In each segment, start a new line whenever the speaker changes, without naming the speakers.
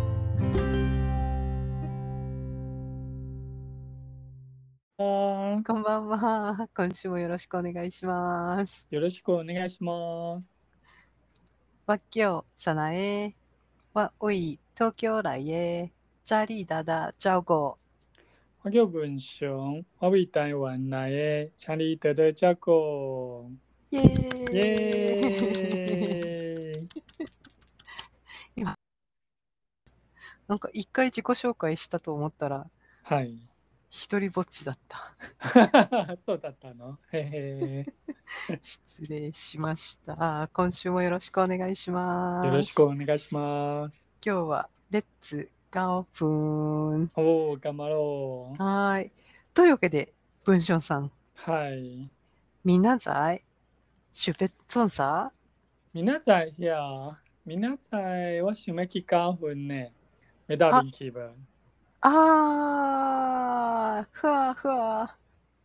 こんばんは。今週もよろしくお願いします。
よろしくお願いします。
わっきょう、さなえ。わ、おい、東京来へ。チャリダダ、チャオゴ。
화교분숑我为台湾来的千里得得结果。
イェ
イ
ーイ
エーイ。
なんか一回自己紹介したと思ったら、
はい。
一人ぼっちだった。
そうだったの。へ
失礼しました。今週もよろしくお願いしま
へ。
す。
よろしくお願いします。
今日は、レッツ、ガオフーン。
おお、頑張ろう。
はーい。というわけで、文章さん、
はい。
みなざい、シュペッツォンさ、
皆さん、いや、皆さん、は締め期間分ね。メダル気分。
あー、ふわふわ。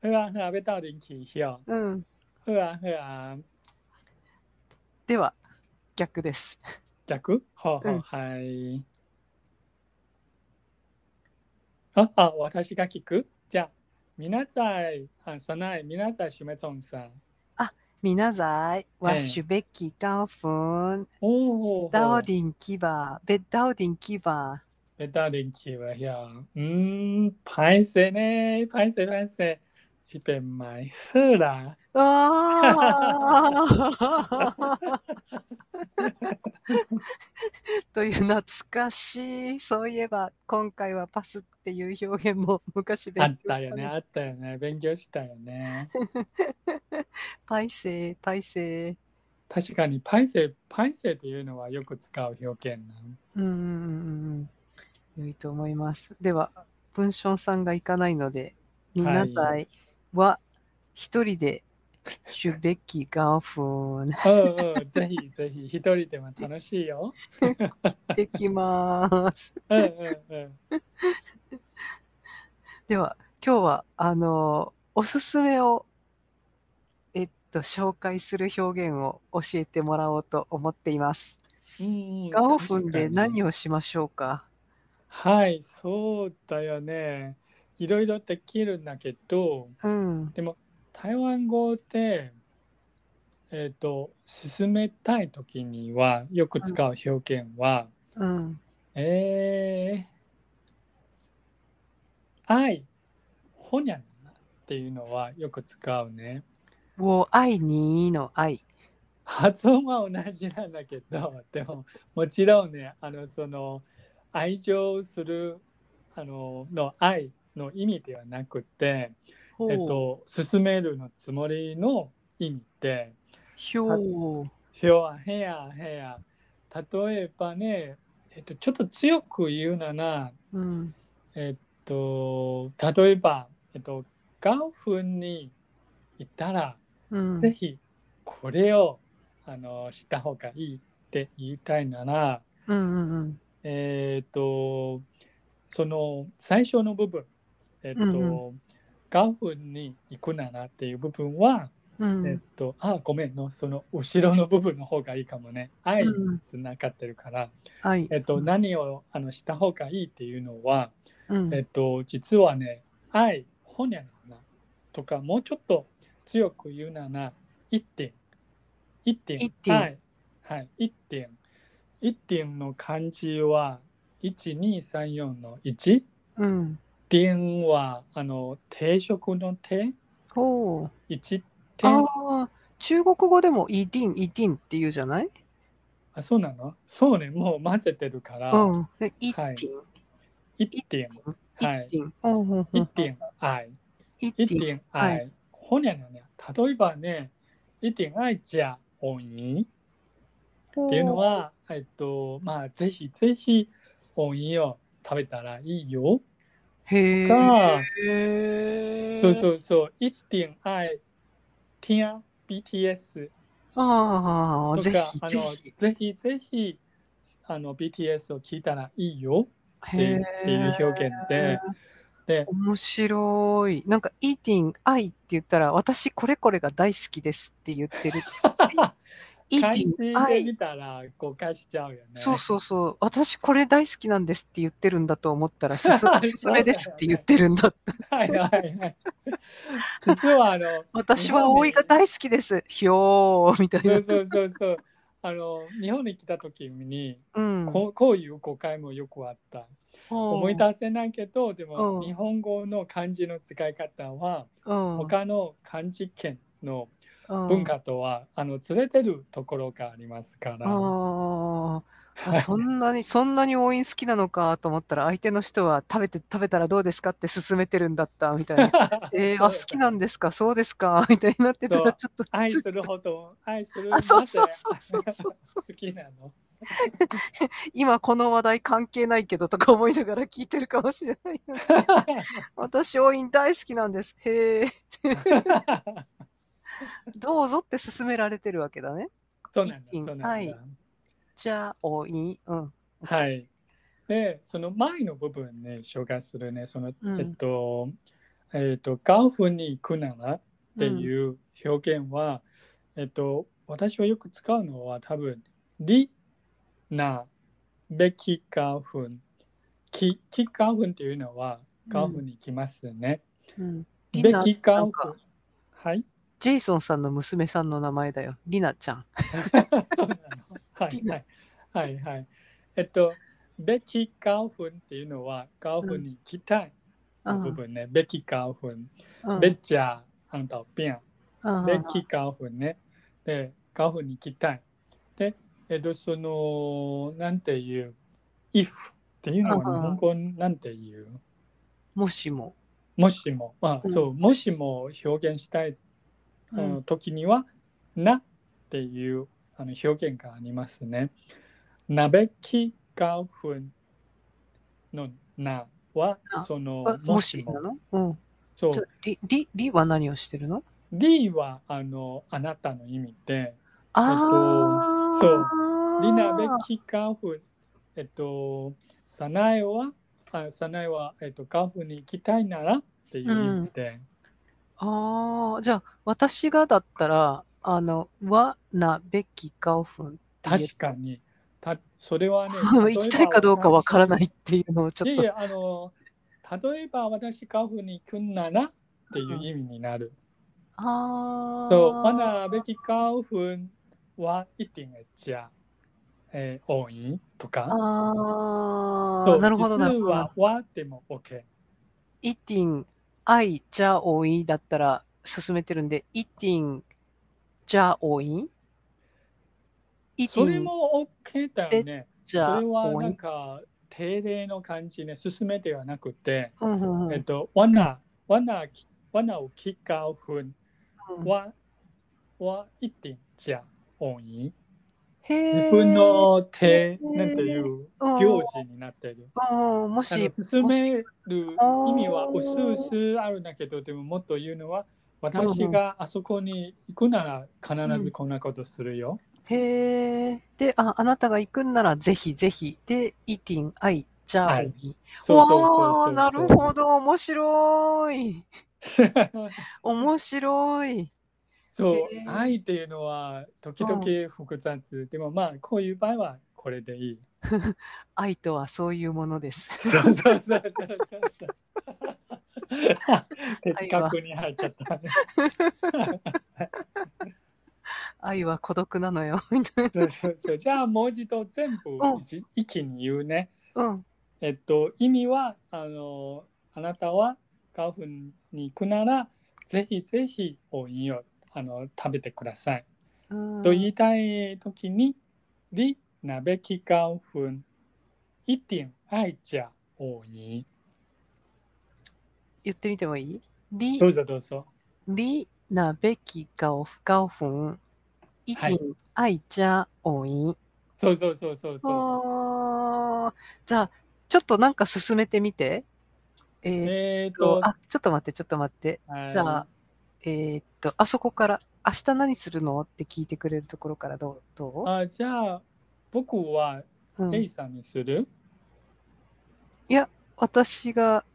ふわふわ、メダル気分。
うん。
ふわふわ。
では、逆です。
逆ほう
う
ほ
ん
う、はい。あ、あ、私が聞くじゃあ、みなさい、あ、さない、みなさい、しめそんさん。
みなざい、わしゅべきガオフン、
おお、
ダオディンキバー、ベッダオディンキバ
ベタリンキはや。うーん、パイセね、パイセパイセ。ちべんまい、ふら。
ー。あーという懐かしいそういえば今回はパスっていう表現も昔
あ
勉
っ
強
た
し
よ
た
ね、
ね
あったよね、勉強したよね。
パイセーパイセー
確かに、パイセ、パイセっていうのはよく使う表現なの。
うんうんうんうん良いと思います。では、文章さんが行かないので、みなさ
はい
は一人でシュべきガオフン
うんうん、ぜひぜひ、一人でも楽しいよ。
できます。
うんうんうん。
では、今日はあのおすすめをえっと紹介する表現を教えてもらおうと思っています。ガオフンで何
を
をしましょうか。
はいそうだよねいろいろできるんだけど
うん。
台湾語でえっ、と進めたい時にはよく使う表現は、
うん。
えー、愛ほにゃんっていうのはよく使うね
を愛にの愛。
発音は同じなんだけどでももちろんねあのその愛情するあのの愛の意味ではなくて、
ほう
えっと、進めるのつもりの意味で
ひょう。
部屋部屋部屋例えばね、えっと、ちょっと強く言うなら
うん。
えっと例えば、えっと、ガオフンに行ったら
うん
ぜひこれをあのした方がいいって言いたいなら、
うんうんうん
えっ、と、その最初の部分、えっ、
うん
と、ガフンに行くならっていう部分は、
うん
えっ、と、あ、ごめんの、その後ろの部分の方がいいかもね。愛に
うん
つながってるから、
はい。
えっ、と、何をあのした方がいいっていうのは、
うん
えっ、と、実はね、愛、ほにゃらなとか、もうちょっと強く言うなら、一点、一点、
一点
はい、はい、一点。一点の漢字は、1234の1。
うん。
点は、あの、定食の点、
ほう。
一
あ
点。
あ、中国語でもイディン、イディンって言うじゃない
あ、そうなのそうね、もう混ぜてるから、
うん。えイディン、イ
一点、はい
デ、ィン。うんうんうん
一点、愛。
イデ
一
ィン。
点愛、ほにゃにゃにゃ例えばね一点愛じゃおい
ほ
っていうの、はえっとまあぜひぜひおいを食べたらいいよ
へ
が、
え。
そう
う。
そうそう一点愛天 BTS
あ
と
あ、
か
ぜひ
あの
ぜひ。
ぜひぜひあの BTS を聞いたらいいよってい
へ
うっていう表現でで
面白い。なんか、イーティン、愛って言ったら、私これこれが大好きですって言ってる。
漢
eating
字で
I
見たら誤解しちゃうよね。
そうそうそう私これ大好きなんですって言ってるんだと思ったらすす
そうだよ
お
ね
すすめですって言ってるん だって
はいはいはい。実はあの、
私は大井が大好きですひょーみたい
そう
な
そうそうそう。あの日本に来た時に
うん
こうこういう誤解もよくあった。思い出せないけど、で
うん
も日本語の漢字の使い方は
他
他の漢字圏の文化とはあのずれてるところがありますから。
あー
は
あ
い
そんなにそんなに応援好きなのかと思ったら相手の人は食べて食べたらどうですかって勧めてるんだったみた いなえー、あ好きなんですかそうですかみたいになってた
そ
ら
う
ちょっと
愛
つ
するほど愛する
あそう
なぜ
そうそうそうそうそう
好きなの
今この話題関係ないけどとか思いながら聞いてるかもしれないな私応援大好きなんですへえどうぞって勧められてるわけだね
そうなんだ
一
そ
品
うなんだ
は
はいい、
じゃあ応援うん
でその前の部分ね紹介するねその、
うん
えっとえっとガンフに行くならっていう表現は、えっと私はよく使うのは多分リナべきガンフンききガンフンっていうのはガンフンに行きますね、
うん
べ
リ
きガ
ナなん
ン
か
フンはい
ジェイソンさんの娘さんの名前だよリナちゃん
そうなの。はいはい。はいはい。えっと、べきガオフンっていうのは、ガオフンに期待の部分ね。べきガオフン。
うん
べちゃ、あんたをぴん。
うん
べきガオフンね。で、ガオフンに期待。で、えっと、その、なんていう、if っていうのは日本語なんていう。
もしも。
もしも、あ
うん
そう、もしも表現したい、う
う
んん、時には、なっていうあの表現がありますね。なべきがふんのなは
あ、
そ
あ
の、
も
も
し
し
な
も。
のうん。
そう
じゃ、り、り、りは何をしてるの
D は、あの、あなたの意味で、
ああ、
そうりなべきがふん、えっと、さなえは、あさなえは、えっと、がふんに行きたいならっていう意味で、
ああ、じゃあ、私がだったら、あの、わなべきかをふんって言う、
確かに。たそれはね。
行きたいかどうかわからないいっていうのをち
い
ょ
え
っ
い
と。
え、あの、例えば私、カフに来んならっていう意味になる。
ああ。
そう、まだべきカフは一定じゃ、えー、多いとか。
あ
そ
あ、
う
なるほどなる
実
ほど
は。はでも OK。
イティン、アイ、ジャオイだったら進めてるんで、イティン、ジャオイイテ
それ
ィン、
も OK だよね。
ジ
そ
ャ
れは
オ
なん
イ。
か定例の感じね、進めではなくて、
うんうんうん
えっと、わな、わな、わなをきかふん。
うん
は、は一点じゃ多い。
へ
自
ー
分の手、
ー
なんていう
うん
行事になっている。
うんも
あの
し、
進める意味は
あー
薄々あるんだけど、でももっと言うのは、私があそこに行くなら必ずこんなことするよ。
へえ。で、あ、あなたが行くんならぜひぜひ。で、イティン、アイ、ジャオイ。
は
はいい、
そうそうそうそう
わあ、なるほど。面白い。 面白い。
そう
へ、ー
愛っていうのは時々複雑。でもまあ、こういう場合はこれでいい。
愛とはそういうものです。
そうそうそうそうそうそう。哲学に入っちゃった。
愛は孤独なのよ。みたい
そうそうそうじゃあ文字と全部
うん
一一気に言うね。
な。うん。
えっと意味はあのあなたはガフンに行くならぜひぜひおいをあの食べてください。
うん
と言いたいときにリなべきガフン一点愛じゃおい。
言ってみてもいいリ
ど、うぞどうぞ。
リなべきガオフガオフン。イテ
は
ィ
い
ン、アイ、ジャオイ。
そうそうそうそうそう。
あーじゃあ、ちょっとなんか進めてみて。えーっ
えっ
と
と、
あ、ちょっと待って、ちょっと待って。
はい
じゃあ、えーっと、あそこから、明日何するのって聞いてくれるところからどうど
あじゃあ僕は
う、うん
A さんにする、
私が、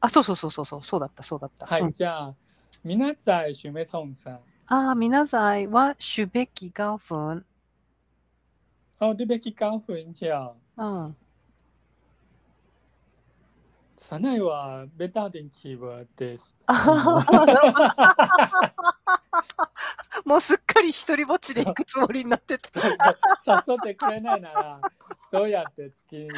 あ、そうそうそうそうそう、そうだった、そうだった。
はい、
うん
じゃあ皆さん、シュメソンさん。
あー、皆さんは、シュベキガオフン、
哦，对不起，カンフンじゃん。
うん。
サナイはベタデンキーバーです。
もうすっかり一人ぼっちで行くつもりになってた。
誘ってくれないなら、どうやって月に。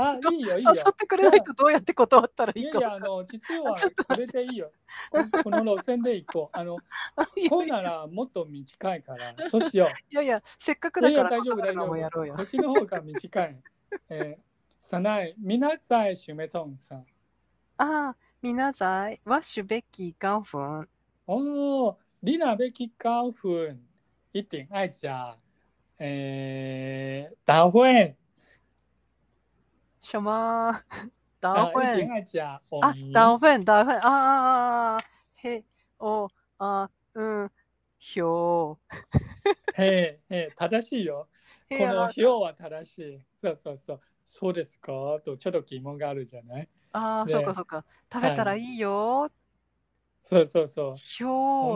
あ、いいよ、いい
誘
よ。
ってくれないとどうやって断ったらい
い
い
や
か
い
分
や、
か
あ
んない。
の、実は
ちょっと
これでいいよ。この路線で行 こう。あの、こうならもっと短いから、そうしよう。
いやいや、せっかくだ
い
か
や
ら
大丈夫
断るの
大
も
丈夫
やろうよ
こ。っちの方が短い。えー、サナイ、みなさい、シュメソンさん。
ああ、みなさい、ワッシュベッキーガンフン。
おー、リナベキカウフン。一点愛家。えー、ダフェン。
什么？
あ
达
一点
芬
愛家。
啊，达芬，达芬啊啊啊！啊嘿，哦あ、うん、ひょ
へえ、へえ、正しいよ。
う。
こ
へ
の
あ
費用は正しい。そうそうそう。そうですかとちょっと疑問があるじゃない
あー、
ね
そうかそうか。食べたらいいよ。
そうそうそう。
ひょ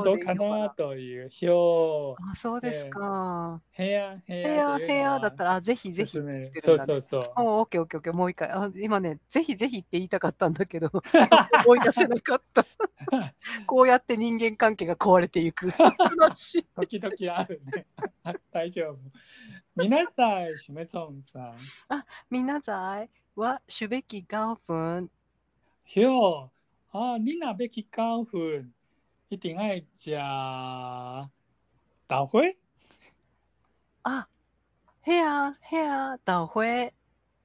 本当
うでいい
か
のか
な
な。
という費用。
あ、そうですか。
部屋、部
ヘア
屋。
ヘアだった
ら、
らあぜひぜ
ぜ
ひ。
ひ
お言って
そ
るん
う
だね
そうそう。
オッケーオッケーオッケーもう一回あ今ねぜひぜひって言いたかったんだけど 思い出せなかったこうやって人間関係が壊れていく悲しい
時々あるね。 大丈夫。皆さん、シュメソンさん。
みなさいはシュベキガンフン
費用。あ、リナベキカウフン。一点愛家。ダフェ
あ、ヘア、ヘア、ダホエ。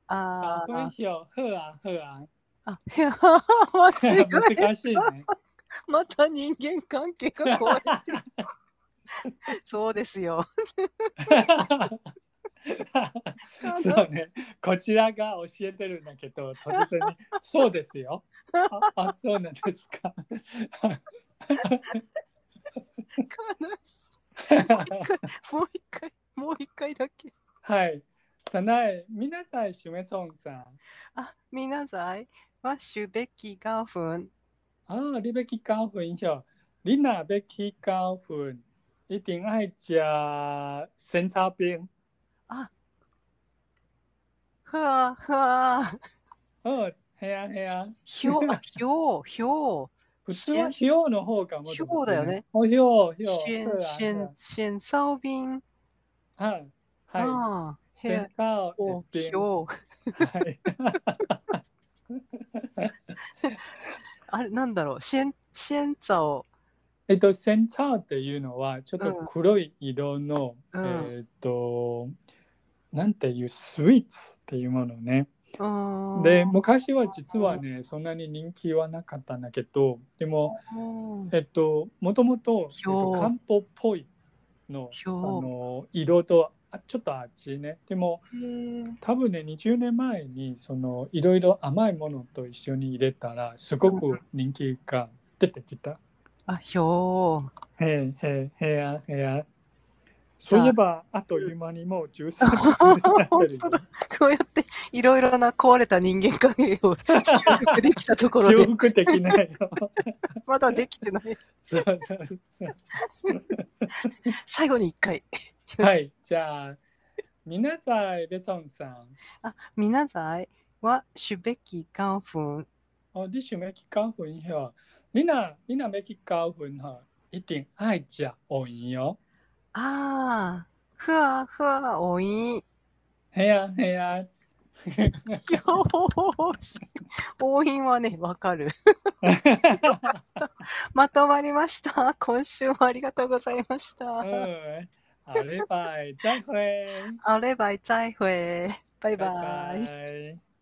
ダ
あ
フェ費用。ふあ、ふあ。
あ、ヘア、 間違え
難しいね。
また人間関係が怖い。そうですよ。
そうね、こちらが教えてるんだけど、突然に、そうですよ。あ、あそうなんですか。
悲しい。もう一回、もう一回だけ。
はい。さない、皆さん、シュメソンさん。
あ、みなさい。ワッシュベッキガンフン。
あ、リベキカウフンよ。リナベキカウフン。一定愛加生茶冰。
ふわふわ。
うん、へやへや。
ひ ょう、あひょう、ひょう。
普通は費用の方がもっと普通
費用だよね。
お費用、費
し
用。
ん、しん、しん、さおびん。
はい。はい。
あー、ヘ
生
ア、
茶
お、
冰
ひ。ょう。
はい。
あれ、なんだろう、シェン、シェンツァオ。
えっと、センサーっていうのは、ちょっと黒い色の、
うん
えっと、なんていう、スイーツっていうものね。
うーん
で、昔は実はね、そんなに人気はなかったんだけど、でも、
うん
えっと、もともと、えっと
表
漢方っぽいの、
表
あの、色と、あちょっと味ね。でも、
へー
多分ね、20年前に、その、いろいろ甘いものと一緒に入れたら、すごく人気が出てきた。
あ、表。
へいへいへやへや。そ
じゃあ
ういえば、あっという間にもう13分になってるよ。
こうやっていろいろな壊れた人間関係 を修復できたところ
修
で、
復できないよ。
まだできてない。
そうそうそう
最後に一回。
はい、じゃあ、皆さん、ベソンさん。
あ、みなさいはシュベキカンフン。
哦，你想要去交分享？你若你若要去交分享，一定爱食芋圆哦。
あー、ふわふわおい。 よ
嘿啊嘿啊，
ーし。応印はね、わかる。まとまりました。今週もありがとうございました。
嗯，好，拜拜，再会，
好嘞，拜再会，拜拜。
拜